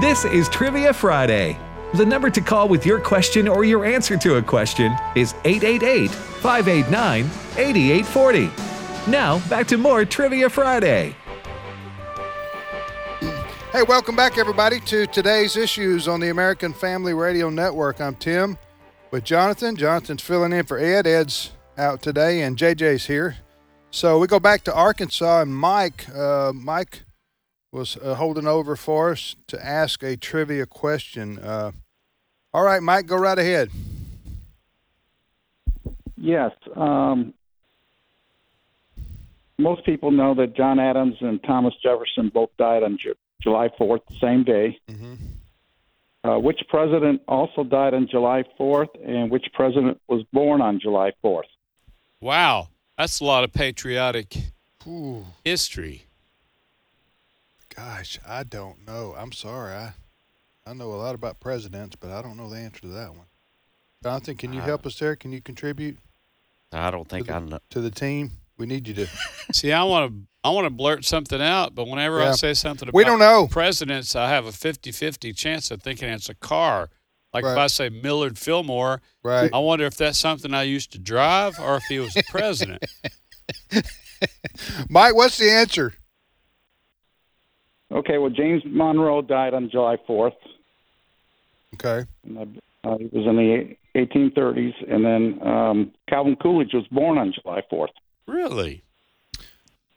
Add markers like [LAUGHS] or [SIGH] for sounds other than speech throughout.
This is Trivia Friday. The number to call with your question or your answer to a question is 888 589 8840. Now, back to more Trivia Friday. Hey, welcome back, everybody, to today's issues on the American Family Radio Network. I'm Tim with Jonathan. Jonathan's filling in for Ed. Ed's out today, and JJ's here. So we go back to Arkansas, and Mike, uh, Mike was uh, holding over for us to ask a trivia question. Uh, all right, Mike, go right ahead. Yes. Um, most people know that John Adams and Thomas Jefferson both died on Ju- July 4th, the same day. Mm-hmm. Uh, which president also died on July 4th, and which president was born on July 4th? Wow, that's a lot of patriotic Ooh, history. gosh, I don't know. I'm sorry. I, I know a lot about presidents, but I don't know the answer to that one. Jonathan, can you help us there? Can you contribute I don't think I know. to the team? We need [LAUGHS] you to. See, I want to I want to blurt something out, but whenever Yeah. I say something about We don't know. presidents, I have a 50-50 chance of thinking it's a car. Like if Right. I say Millard Fillmore, Right. I Oh. wonder if that's something I used to drive or if he was a [LAUGHS] president. Mike, what's the answer? Okay, well, James Monroe died on July 4th. Okay. And I- uh, it was in the 1830s, and then um, Calvin Coolidge was born on July 4th. really?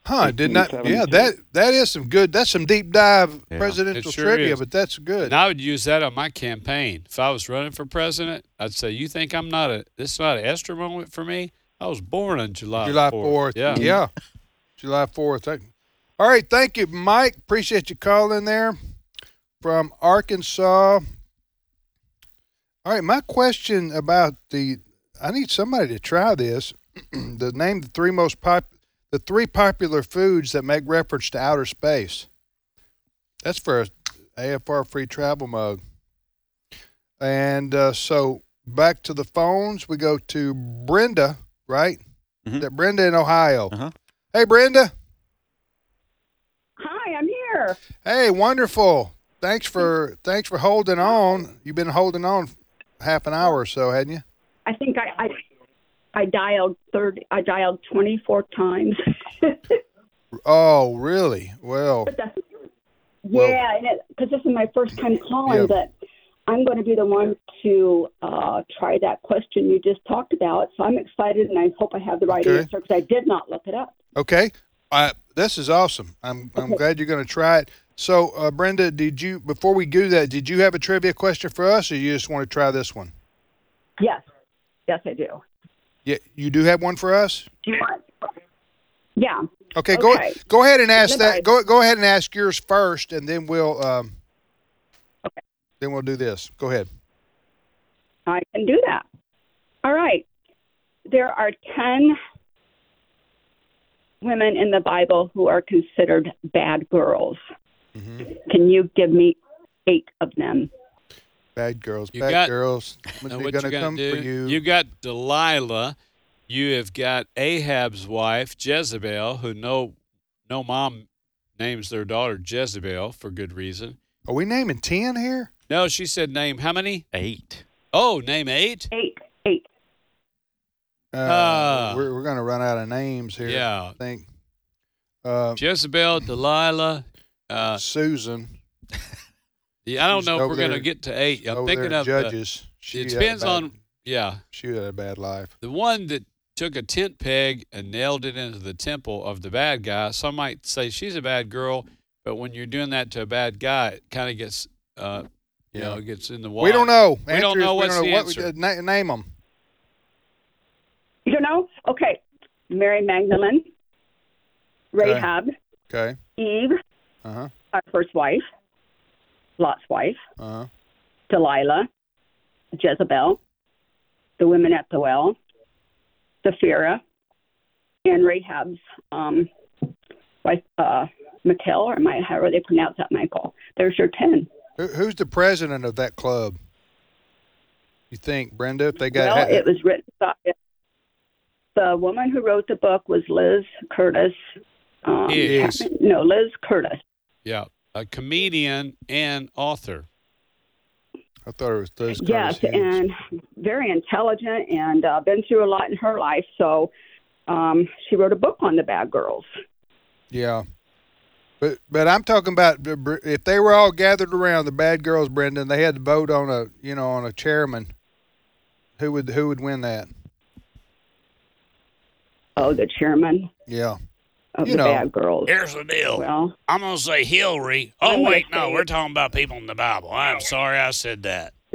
Huh? I Did not. Yeah, 1872. that that is some good. That's some deep dive Yeah. presidential It sure trivia, is. but that's good. And I would use that on my campaign. If I was running for president, I'd say, "You think I'm not a this is not an Esther moment for me? I was born on July July 4th. fourth. Yeah. yeah. July fourth. All right. Thank you, Mike. Appreciate you calling there from Arkansas. All right. My question about the I need somebody to try this. [CLEARS THROAT] the name the three most pop the three popular foods that make reference to outer space. That's for a AFR free travel mug. And uh, so back to the phones, we go to Brenda, right? Mhm. That Brenda in Ohio. Uh-huh. Hey, Brenda. Hi, I'm here. Hey, wonderful. Thanks for thanks for holding on. You've been holding on half an hour or so, hadn't you? I think I I, I dialed thirty. I dialed twenty four times. [LAUGHS] Oh, really? Well, but that's Well- yeah, because this is my first time calling. Yeah. But I'm going to be the one to uh, try that question you just talked about. So I'm excited, and I hope I have the right Okay. answer because I did not look it up. okay. I, this is awesome. I'm I'm glad you're going to try it. So, uh, Brenda, did you before we do that, did you have a trivia question for us, or you just want to try this one? Yes, yes, I do. Yeah, you do have one for us. Do you want? Yeah. Okay, go Okay. go ahead and ask Goodbye. that. Go go ahead and ask yours first, and then we'll um, then we'll do this. Go ahead. I can do that. All right. There are 10 women in the Bible who are considered bad girls. Mm-hmm. Can you give me eight of them? Bad girls, You bad got- [LAUGHS] girls. Now, They're what gonna you gonna come do? for you. got Delilah. You have got Ahab's wife Jezebel, who no no mom names their daughter Jezebel for good reason. Are we naming ten here? No, she said name how many? Eight. Oh, name eight. Eight. Eight. Uh, Ah. we're we're gonna run out of names here. Yeah. I think. Uh, Jezebel, Delilah. Uh, Susan. yeah, I don't She's know if over we're going there- to get to eight. I'm over thinking there, of the- judges. She uh, it had a depends bad- on yeah She had a bad life. the one that took a tent peg and nailed it into the temple of the bad guy. Some might say she's a bad girl, but when you're doing that to a bad guy, it kind of gets uh, you Yeah. know it gets in the We water. don't know. We Answer don't is know we what's don't the know. What- answer. uh, na- name them. You don't know? Okay. Mary Magdalene, Rahab, Okay. Eve, Uh huh. our first wife, Lot's wife, Uh huh. Delilah, Jezebel, the women at the well, Sapphira, and Rahab's um, wife, uh, Mikkel, or my, however they pronounce that, Michael. There's your 10. Who, who's the president of that club? You think, Brenda? If they got well, it was written by the woman who wrote the book was Liz Curtis. Um, Higgs. Chapman- No, Liz Curtis. Yeah, a comedian and author. I thought it was those yes, and very intelligent and uh, been through a lot in her life. So um, she wrote a book on the bad girls. Yeah. But but I'm talking about the br- if they were all gathered around the bad girls, Brendan, they had to vote on a you know on a chairman. Who would who would win that? Oh, the chairman Yeah. of You the know. bad girls. Here's the deal. Well, I'm gonna say Hillary. I'm Oh gonna wait, no, say- we're talking about people in the Bible. I'm sorry I said that. [LAUGHS]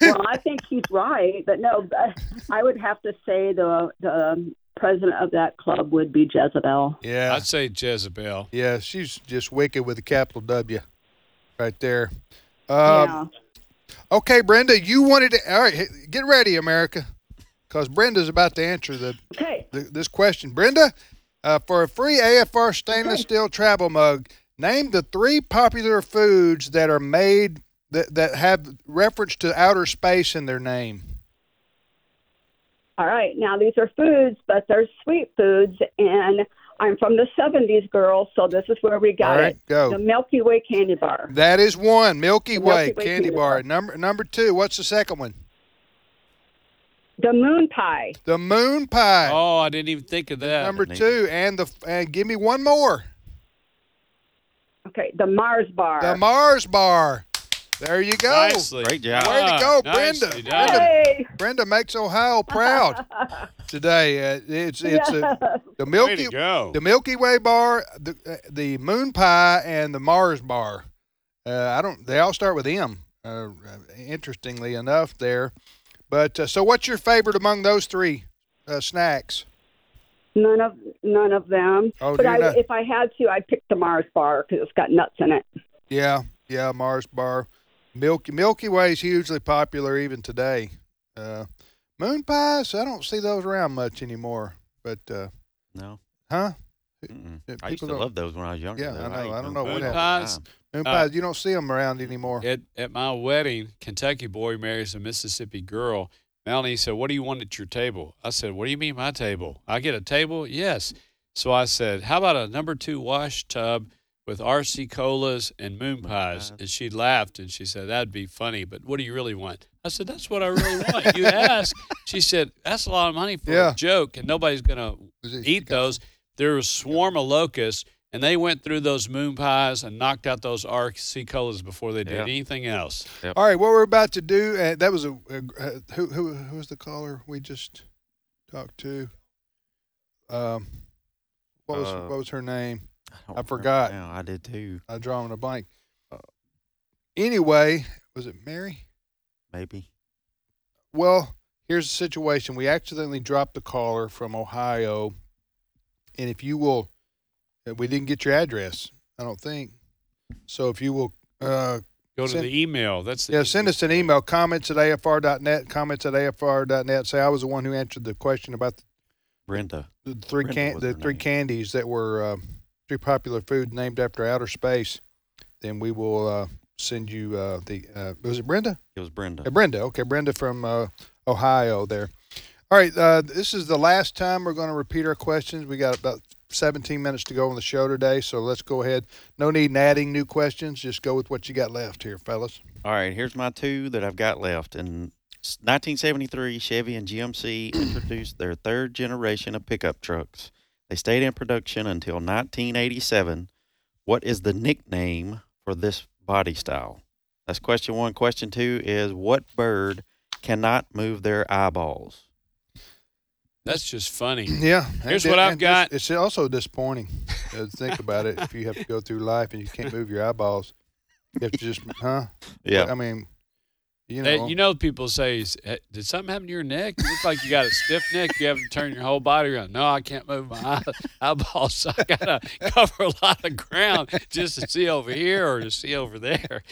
well, I think he's right, but no, but I would have to say the the president of that club would be Jezebel. Yeah. I'd say Jezebel. yeah, she's just wicked with a capital W right there. Um, yeah. Okay, Brenda, you wanted to. All right, hey, get ready, America, because Brenda's about to answer the, Okay. the this question. Brenda, uh, for a free AFR stainless steel travel mug, name the three popular foods that are made that that have reference to outer space in their name. All right. Now these are foods, but they're sweet foods, and I'm from the '70s, girl. So this is where we got All right, it. go. The Milky Way candy bar. That is one Milky The Way, Milky candy Way candy bar. bar. Number number two. What's the second one? The moon pie. The moon pie. Oh, I didn't even think of that. number Neat. two, and the and give me one more. Okay. The Mars bar. The Mars bar. There you go. Nicely. Great job. Way to go, Brenda. nicely done. Brenda, Hey! Brenda makes Ohio proud today. Uh, it's it's uh, the Way Milky to go. the Milky Way bar, the uh, the Moon Pie, and the Mars bar. Uh, I don't. They all start with M. Uh, interestingly enough, there. But uh, so, what's your favorite among those three uh, snacks? None of none of them. Oh, but do you I, not? if I had to, I'd pick the Mars bar because it's got nuts in it. Yeah, yeah, Mars bar, Milky Milky Way is hugely popular even today. Uh, moon pies, I don't see those around much anymore. But uh, No. huh? Mm-mm. Yeah, I used people to don't- love those when I was younger. Yeah, though. I uh, know. ate I don't those know what all the happened. Pies. time. Moon Uh, pies, you don't see them around anymore. At, at my wedding, Kentucky boy marries a Mississippi girl. Melanie said, What do you want at your table? I said, What do you mean my table? I get a table? Yes. So I said, How about a number two wash tub with RC colas and moon pies? And she laughed and she said, That'd be funny, but what do you really want? I said, That's what I really want. You asked. She said, That's a lot of money for Yeah. a joke, and nobody's going to Is it- eat those. There was a swarm of locusts, and they went through those moon pies and knocked out those RC colas before they did Yeah. anything else. All right, what we're about to do. Uh, that was a, a uh, who who who was the caller we just talked to? Um, what was Uh, what was her name? don't remember forgot. Now. I did too, I draw on a blank. Anyway, was it Mary? maybe. Well, here's the situation. We accidentally dropped the caller from Ohio. And if you will, uh, we didn't get your address, I don't think. So if you will, uh, Go to Send- the email. That's the yeah, send us an email, comments at afr.net, comments at afr.net. Say I was the one who answered the question about Brenda. the three Brenda can- was the her three name. candies that were uh, three popular food named after outer space. Then we will uh, send you uh, the uh, was it Brenda? It was Brenda. Uh, Brenda, okay, Brenda from uh, Ohio there. All right, uh, this is the last time we're going to repeat our questions. We got about 17 minutes to go on the show today, so let's go ahead. No need in adding new questions. Just go with what you got left here, fellas. All right, here's my two that I've got left. In s- 1973, Chevy and [COUGHS] GMC introduced their third generation of pickup trucks. They stayed in production until 1987. What is the nickname for this body style? That's question one. Question two is what bird cannot move their eyeballs? [LAUGHS] That's [CLEARS THROAT] just funny. Yeah. Here's and- what I've and got. It's, it's also disappointing uh, to think about it if you have to go through life and you can't move your eyeballs. You have to just, huh? I mean, you They- know. you know, people say, "Is- eh, "Did something happen to your neck? You look like you got a stiff neck. You haven't turned your whole body around." No, I can't move my eye, [LAUGHS] eyeballs. So I gotta [LAUGHS] cover a lot of ground just to see over here or to see over there.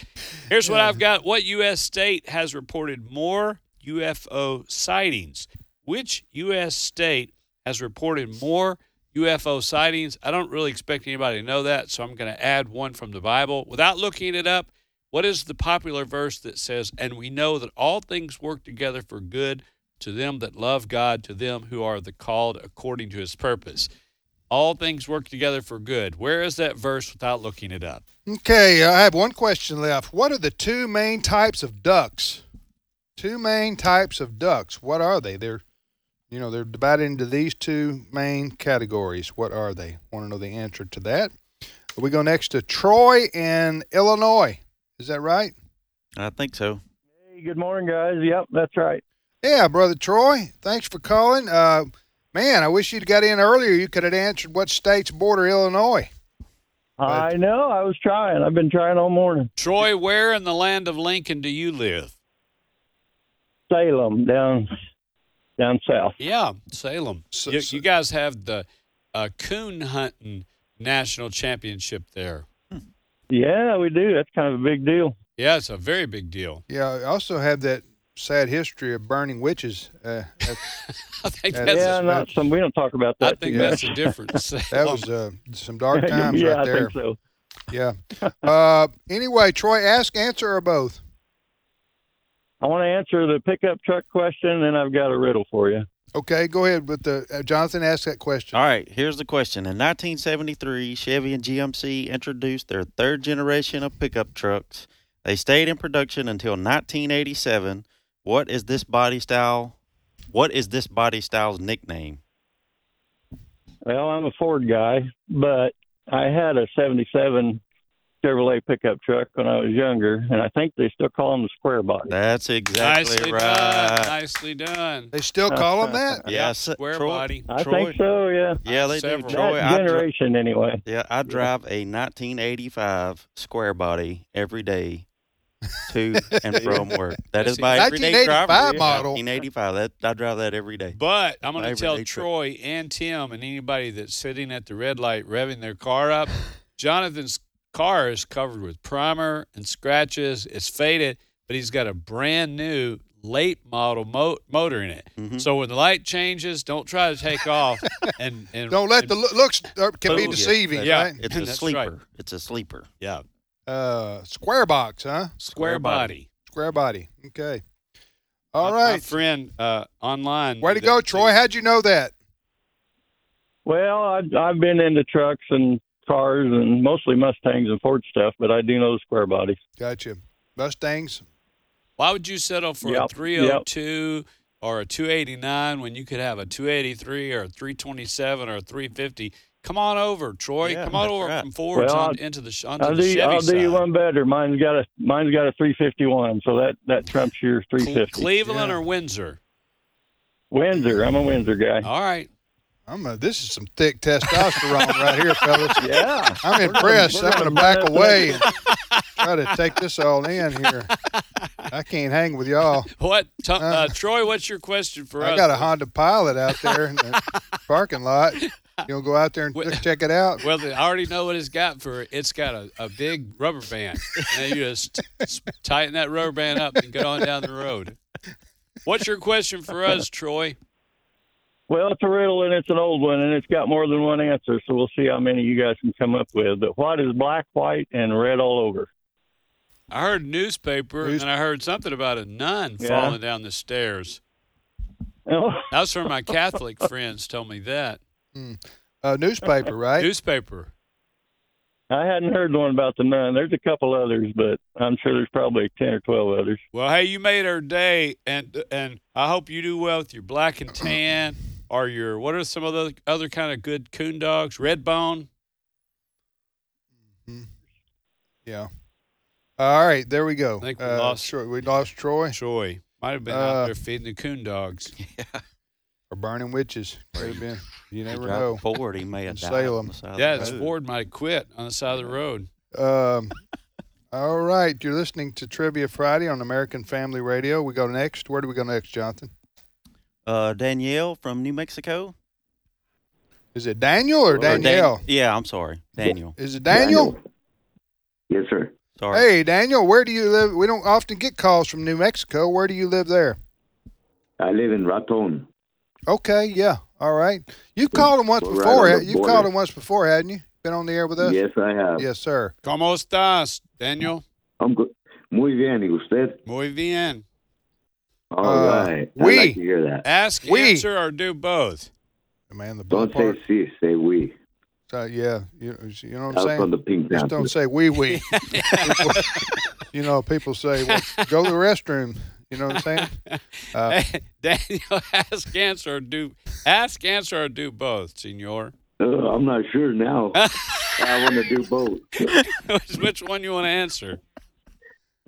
Here's what I've got: What U.S. state has reported more UFO sightings? Which U.S. state has reported more UFO sightings? I don't really expect anybody to know that, so I'm going to add one from the Bible without looking it up. What is the popular verse that says, And we know that all things work together for good to them that love God, to them who are the called according to his purpose? all things work together for good. Where is that verse without looking it up? Okay, I have one question left. What are the two main types of ducks? Two main types of ducks. What are they? They're, you know, they're divided into these two main categories. What are they? Want to know the answer to that? We go next to Troy in Illinois. Is that right? I think so. Hey, good morning, guys. Yep, that's right. Yeah, brother Troy. Thanks for calling. Uh, man, I wish you'd got in earlier. You could have answered what states border Illinois. Right. I know. I was trying. I've been trying all morning. Troy, where in the land of Lincoln do you live? Salem down down south. Yeah, Salem. So- you, so- you guys have the uh, coon hunting national championship there. Yeah, we do. That's kind of a big deal. Yeah, it's a very big deal. [LAUGHS] Yeah, I also have that sad history of burning witches. Uh, that, I think Yeah, that's yeah, a- not some. We don't talk about I that. think too much. that's a difference. [LAUGHS] that was [LAUGHS] uh, some dark times yeah, right I there. think so. [LAUGHS] Yeah. Uh, anyway, Troy, ask, answer, or both. I want to answer the pickup truck question, and then I've got a riddle for you. Okay, go ahead with the uh, Jonathan. Ask that question. All right, here's the question. In 1973, Chevy and GMC introduced their third generation of pickup trucks. They stayed in production until 1987. What is this body style? What is this body style's nickname? Well, I'm a Ford guy, but I had a 77 Chevrolet pickup truck when I was younger, and I think they still call them the square body. That's exactly Nicely right. done. Nicely done. They still call them that. Yes, Square Troy- body. I Troy- think so, yeah. Yeah, they Several. do. Troy, that I dri- generation, anyway. yeah, I drive a 1985 square body every day [LAUGHS] to and from work. That is my everyday driver. 1985 model. 1985. That I drive that every day. But I'm going to Favorite tell nature. Troy and Tim and anybody that's sitting at the red light revving their car up, Jonathan's car is covered with primer and scratches. It's faded, but he's got a brand new late model mo- motor in it. Mhm. So when the light changes, don't try to take off and, and Don't let and- the loo- looks uh, can Oh, be yeah. deceiving. Yeah. Right? [LAUGHS] It's a That's sleeper. right. It's a sleeper. yeah Uh, square box, huh? square Square body. body. Square body. Okay. All My- my right. friend uh, online. Way to that- go, Troy. How'd you know that? Well, I've, I've been into trucks and cars and mostly Mustangs and Ford stuff, but I do know the square body. Gotcha. Mustangs. Why would you settle for a Yep, 302 or a 289 when you could have a 283 or a 327 or a 350? Come on over, Troy. Yeah, Come on that's over right. from Ford's Well, on, into the sh- onto I'll the do, Chevy I'll side. do you one better. Mine's got a mine's got a 351, so that that trumps your Cle- 350. Cleveland Yeah. or Windsor? Windsor, I'm a Windsor guy. All right. I'm a, this is some thick testosterone right here, fellas. Yeah. I'm impressed. we're I'm going to gonna back mess away and try to take this all in here. I can't hang with y'all. What, t- uh, Troy? What's your question for I us? got a Honda Pilot out there in the parking lot. You'll go out there and Wait. check- check it out. Well, I already know what it's got for it. It's got a, a big rubber band. Now you just s- tighten that rubber band up and get on down the road. What's your question for us, Troy? [LAUGHS] Well, it's a riddle and it's an old one and it's got more than one answer, so we'll see how many you guys can come up with. But what is black, white, and red all over? I heard newspaper, News- and I heard something about a nun Yeah. falling down the stairs. Oh, [LAUGHS] That [LAUGHS] was from my Catholic friends told me that Uh, newspaper, right? newspaper. I hadn't heard the one about the nun. There's a couple others, but I'm sure there's probably ten or twelve others. Well, hey, you made our day, and and I hope you do well with your black [CLEARS THROAT] and tan or your what are some of the other kind of good coon dogs? Red bone. Yeah. All right, there we go. I think we Uh, lost- Troy, we lost Troy Troy might have been Uh, out there feeding the coon dogs. or burning witches. Could have been. You He never drive know. Ford, he may have died Salem. on the side of the Yeah, it's road. Ford might have quit on the side of the road. Um, all right, you're listening to Trivia Friday on American Family Radio. We go next. Where do we go next, Jonathan? Uh, Danielle from New Mexico. Is it Daniel or Or Dan- Danielle? yeah, I'm sorry, Daniel. Is it Daniel? Yes, sir. Sorry. Hey, Daniel, where do you live? We don't often get calls from New Mexico. Where do you live there? I live in Raton. Okay, yeah, all right. You've called him once We're right before. on ha- the You've border. called him once before, hadn't you? Been on the air with us? Yes, I have. Yes, sir. ¿Cómo estás, Daniel? I'm good. Muy bien, ¿y usted? Muy bien. All right. we- I like to hear that. Ask, We- answer, or do both. [LAUGHS] man. The blue Don't say part. si, say we. So, yeah, you, you know what I'm Out saying. on the pink Just panther. don't say wee [LAUGHS] wee. [LAUGHS] you know, people say, well, go to the restroom. You know what I'm saying? [LAUGHS] Uh, Daniel, ask answer or do ask answer or do both, Senor. [LAUGHS] Uh, I'm not [LAUGHS] sure now. I want to do both. Which- Which one you want to answer?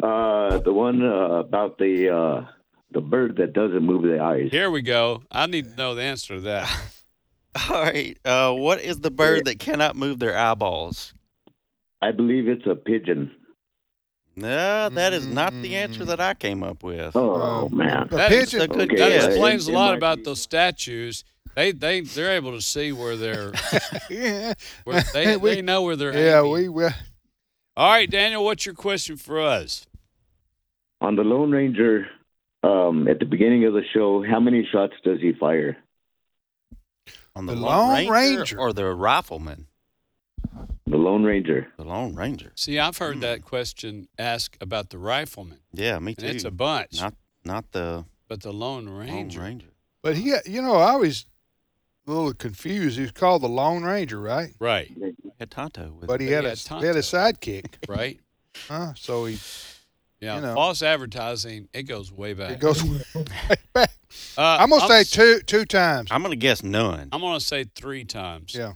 Uh, the one uh, about the uh, the bird that doesn't move the eyes. Here we go. I need to know the answer to that. [LAUGHS] [LAUGHS] All right. Uh, what is the bird that cannot move their eyeballs? I believe it's a pigeon. No, that is not the answer that I came up with. Oh Oh. man. a That is pigeon. a good Okay, That guess. yeah. explains a it- it lot might about be. those statues. They they they're able to see [LAUGHS] where they're yeah, where they, We- they know where they're yeah, aiming. we will. All right, Daniel, what's your question for us? On the Lone Ranger, um, at the beginning of the show, how many shots does he fire? On the, The Lone Lone Ranger, Ranger. or the Rifleman? The Lone Ranger. The Lone Ranger. See, I've Hmm. heard that question asked about the rifleman. Yeah, me too. And it's a bunch. not not the but the Lone Ranger. Lone Ranger. But he, you know, I was a little confused. He was called the Lone Ranger, right? Right. Had Tonto with But he But had he a had he had a Tonto. sidekick, Right. huh? So he Yeah. You know. False advertising, it goes way back. it goes [LAUGHS] right back. Uh, I'm gonna say s- two two times. I'm gonna guess none. I'm gonna say three times. Yeah.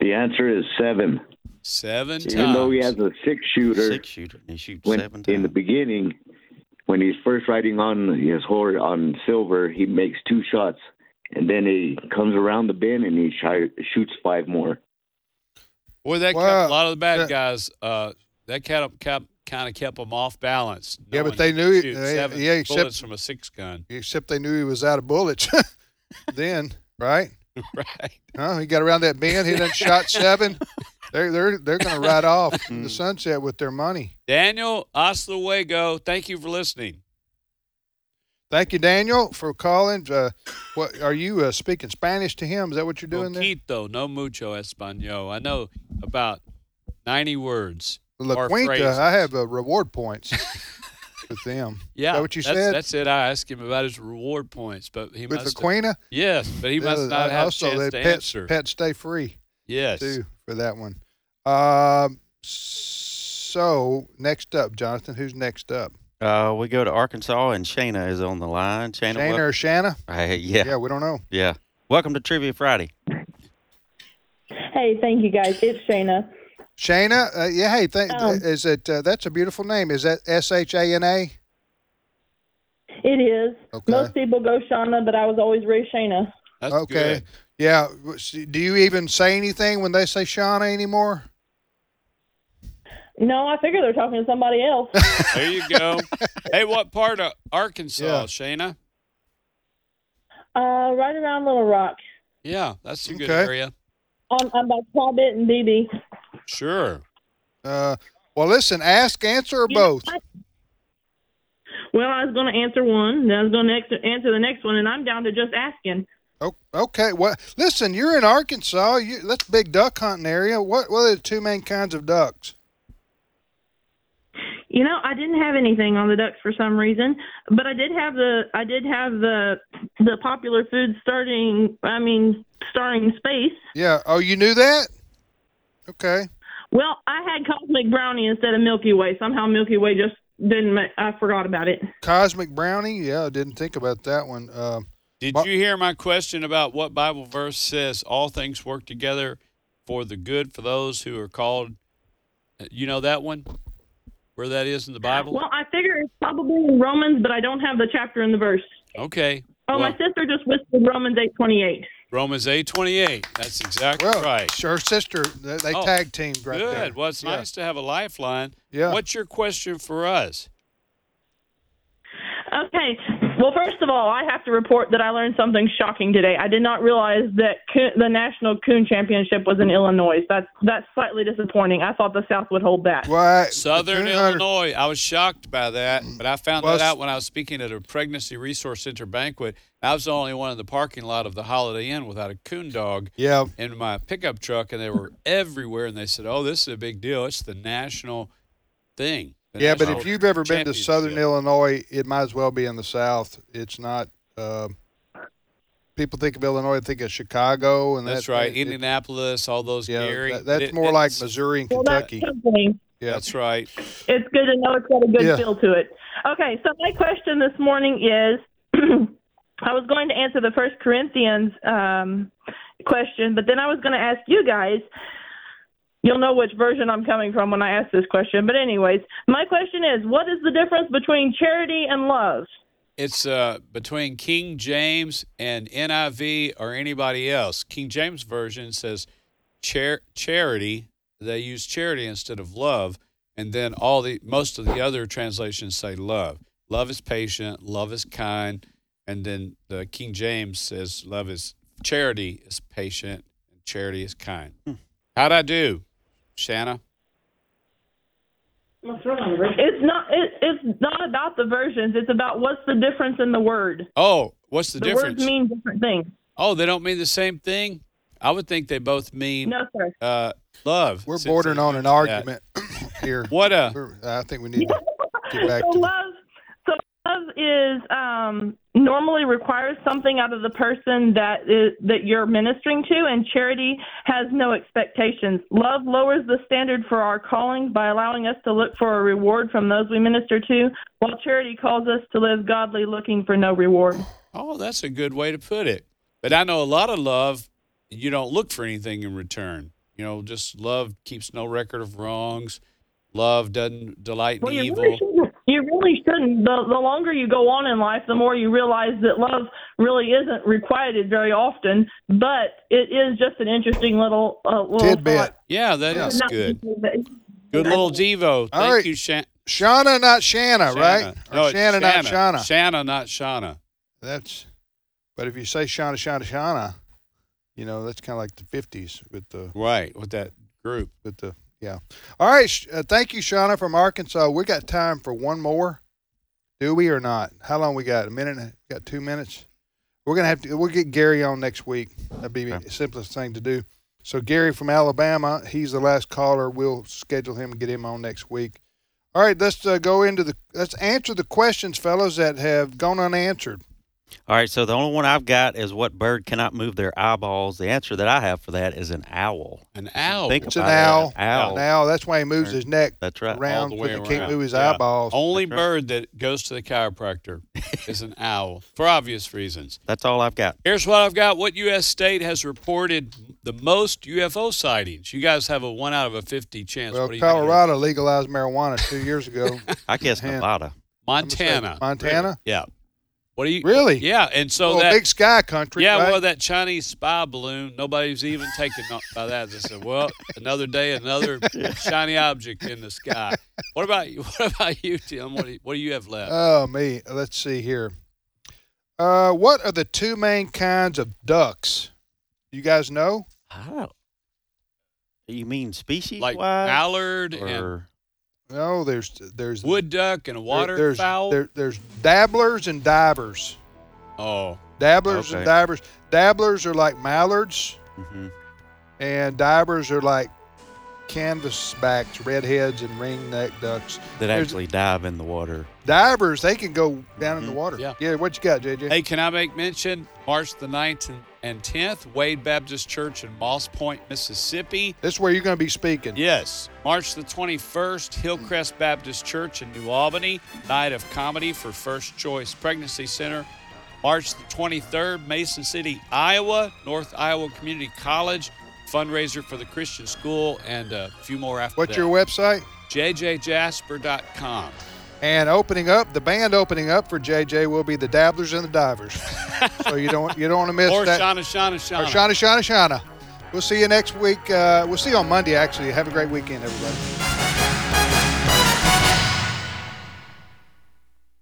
The answer is seven. Seven times. Even though he has a six shooter, Six shooter. And he shoots when, seven times. in the beginning, when he's first riding on his horse on silver, he makes two shots, and then he comes around the bend and he shi shoots five more. Boy, that Wow. kept a lot of the bad Yeah. guys. Uh, that kept kept kind of kept them off balance. Yeah, but knowing they you knew could it- shoot they- seven yeah, except- bullets from a six gun. Except they knew he was out of bullets. [LAUGHS] then, right? Right. Huh? He got around that bend. He done shot seven. They're they're they're gonna ride off in the sunset with their money. Daniel Osluego, thank you for listening. Thank you, Daniel, for calling. Uh, what are you uh, speaking Spanish to him? Is that what you're doing Poquito, no mucho español. I know about ninety words. there? La or Quinta. phrases. I have uh, reward points [LAUGHS] with them. Yeah, that what you that's, said? That's it. I asked him about his reward points, but he with must. La Quinta. yes, but he must Uh, not have also, a chance they to pets, answer. pets stay free yes. too for that one. Um, so next up, Jonathan. Who's next up? uh, we go to Arkansas and Shayna is on the line. Shayna, Shana wel- or Shanna? [LAUGHS] Hey, yeah, yeah, we don't know. Welcome to Trivia Friday. Hey, thank you guys. It's Shayna. Shana, uh, yeah, hey, th- Um, is it uh, that's a beautiful name? Is that S H A N A? It is. Okay. Most people go Shauna, but I was always raised Shayna. That's Okay, good. yeah. w- s- Do you even say anything when they say Shauna anymore? No, I figure they're talking to somebody else. [LAUGHS] There you go. hey, what part of Arkansas, Yeah. Shayna? uh, right around Little Rock. Yeah, that's a good Okay. area. I'm, I'm by Claudette and Dee Dee. Sure. Uh, well, listen, ask, answer, or You know, both. I- Well, I was going to answer one, then I was going to answer the next one, and I'm down to just asking. O- Okay, well, listen, you're in Arkansas. You, that's a big duck hunting area. What what are the two main kinds of ducks? You know, I didn't have anything on the ducks for some reason, but I did have the I did have the the popular food starting. I mean, starring space. Yeah. Oh, you knew that? Okay. Well, I had cosmic brownie instead of Milky Way. Somehow Milky Way just didn't. ma- I forgot about it. Cosmic brownie. Yeah, I didn't think about that one. Um, Did Mar- you hear my question about what Bible verse says all things work together for the good for those who are called? Uh, You know that one? Where that is in the Bible? Well, I figure it's probably in Romans, but I don't have the chapter and the verse. Okay. Oh, Well, my sister just whispered Romans eight twenty eight. Romans 8:28. That's exactly well, right. Sure, sister. They, they Oh, tag teamed right Good. there. Well, it's Yeah. nice to have a lifeline. Yeah. What's your question for us? Okay. Well, first of all, I have to report that I learned something shocking today. I did not realize that coon, the National Coon Championship was in Illinois. That's that's slightly disappointing. I thought the South would hold that. Why Southern 200 Illinois. I was shocked by that, but I found Mm. Well, that s- out when I was speaking at a pregnancy resource center banquet. I was the only one in the parking lot of the Holiday Inn without a coon dog Yeah, in my pickup truck, and [LAUGHS] they were everywhere. And they said, "Oh, this is a big deal. It's the national thing." the yeah, but if national you've ever been to Southern championship." Illinois, it might as well be in the South. It's not. Uh, people think of Illinois, they think of Chicago, and That's that- right. it- it- Indianapolis, all those yeah, Gary. that- it- that's more like it's- Missouri and Well, that's Kentucky. something. yeah, That's right. It's good to know it's got a good Yeah. feel to it. Okay, so my question this morning is [CLEARS THROAT] I was going to answer the First Corinthians um, question, but then I was going to ask you guys. You'll know which version I'm coming from when I ask this question. But, anyways, my question is what is the difference between charity and love? It's uh, between King James and NIV or anybody else. King James version says char- charity. They use charity instead of love, and then all the most of the other translations say love. Love is patient. Love is kind, and then the King James says love is charity is patient and charity is kind. How'd I do, Shanna? What's wrong? It's not. It, it's not about the versions. It's about what's the difference in the word. Oh, what's the, the difference? words mean different things. oh, they don't mean the same thing. I would think they both mean No, sir. uh, love. We're Since bordering they on use an that. argument [COUGHS] here. What a We're- I think we [LAUGHS] need to get back so to love so love is um normally requires something out of the person that is that you're ministering to and charity has no expectations love lowers the standard for our calling by allowing us to look for a reward from those we minister to while charity calls us to live godly looking for no reward oh, that's a good way to put it. But I know a lot of love. You don't look for anything in return. You know, just love keeps no record of wrongs. Love doesn't delight in Well, you evil. really shouldn't. You really shouldn't. The, the longer you go on in life, the more you realize that love really isn't requited very often. But it is just an interesting little uh, little Tidbit. thought. yeah, that Yeah. is Not- good. Good little Devo. Thank right. you, Shan- Shauna, not Shanna, Shanna. right? Or No, it's Shanna, not Shanna. Shauna. Shanna, not Shauna. That's. But if you say Shauna, Shauna, Shauna, you know that's kind of like the '50s with the Right, with that group. with the yeah. All right, Sh- uh, thank you, Shauna from Arkansas. We got time for one more, do we or not? How long we got? A minute? and a- Got two minutes? We're gonna have to. We'll get Gary on next week. That'd be the simplest thing to do. So Gary from Alabama, he's the last caller. We'll schedule him and get him on next week. All right, let's uh, go into the let's answer the questions, fellas, that have gone unanswered. All right, so the only one I've got is what bird cannot move their eyeballs? The answer that I have for that is an owl. An owl. Think It's an about owl. it, an owl. Now that's why he moves his neck That's right. around the because way he can't around. move his Yeah. eyeballs. Only That's right. bird that goes to the chiropractor is an owl for obvious reasons. That's all I've got. Here's what I've got. What U.S. state has reported the most UFO sightings? You guys have a one out of a 50 chance. Well, What do you think? Colorado legalized marijuana two years [LAUGHS] ago. I guess Man. Nevada. Montana. Montana? Yeah. What do you? Really? Yeah. And so oh, that. big sky country. yeah, right? well, that Chinese spy balloon, nobody's even taken no- by that. They said, well, another [LAUGHS] day, another shiny object in the sky. What about you? [LAUGHS] What about you, Tim? What do you, what do you have left? oh me. Let's see here. Uh, what are the two main kinds of ducks? You guys know? I don't. You mean species like wise? mallard and Or No, there's there's wood duck and there- water there's fowl. there- there's dabblers and divers. oh, Dabblers and Okay. divers. Dabblers are like mallards, Mhm. and divers are like canvasbacks, redheads, and ring-neck ducks. that There's- actually dive in the water. Divers, they can go down in the Mhm. water. Mm-hmm. Yeah. what you got, JJ? hey, can I make mention March the 9th and, and 10th, Wade Baptist Church in Moss Point, Mississippi. This is where you're going to be speaking. Yes, March the 21st, Hillcrest Baptist Church in New Albany, Night of Comedy for First Choice Pregnancy Center. March the 23rd, Mason City, Iowa, North Iowa Community College, fundraiser for the Christian School, and a few more after What's that. your website? JJJasper.com. And opening up, the band opening up for JJ will be the Dabblers and the [LAUGHS] Divers. so you don't you don't want to miss Or that. Shauna, Shauna, Shauna. Or Shauna, Shauna, Shauna. We'll see you next week. Uh, we'll see you on Monday. Actually, have a great weekend, everybody.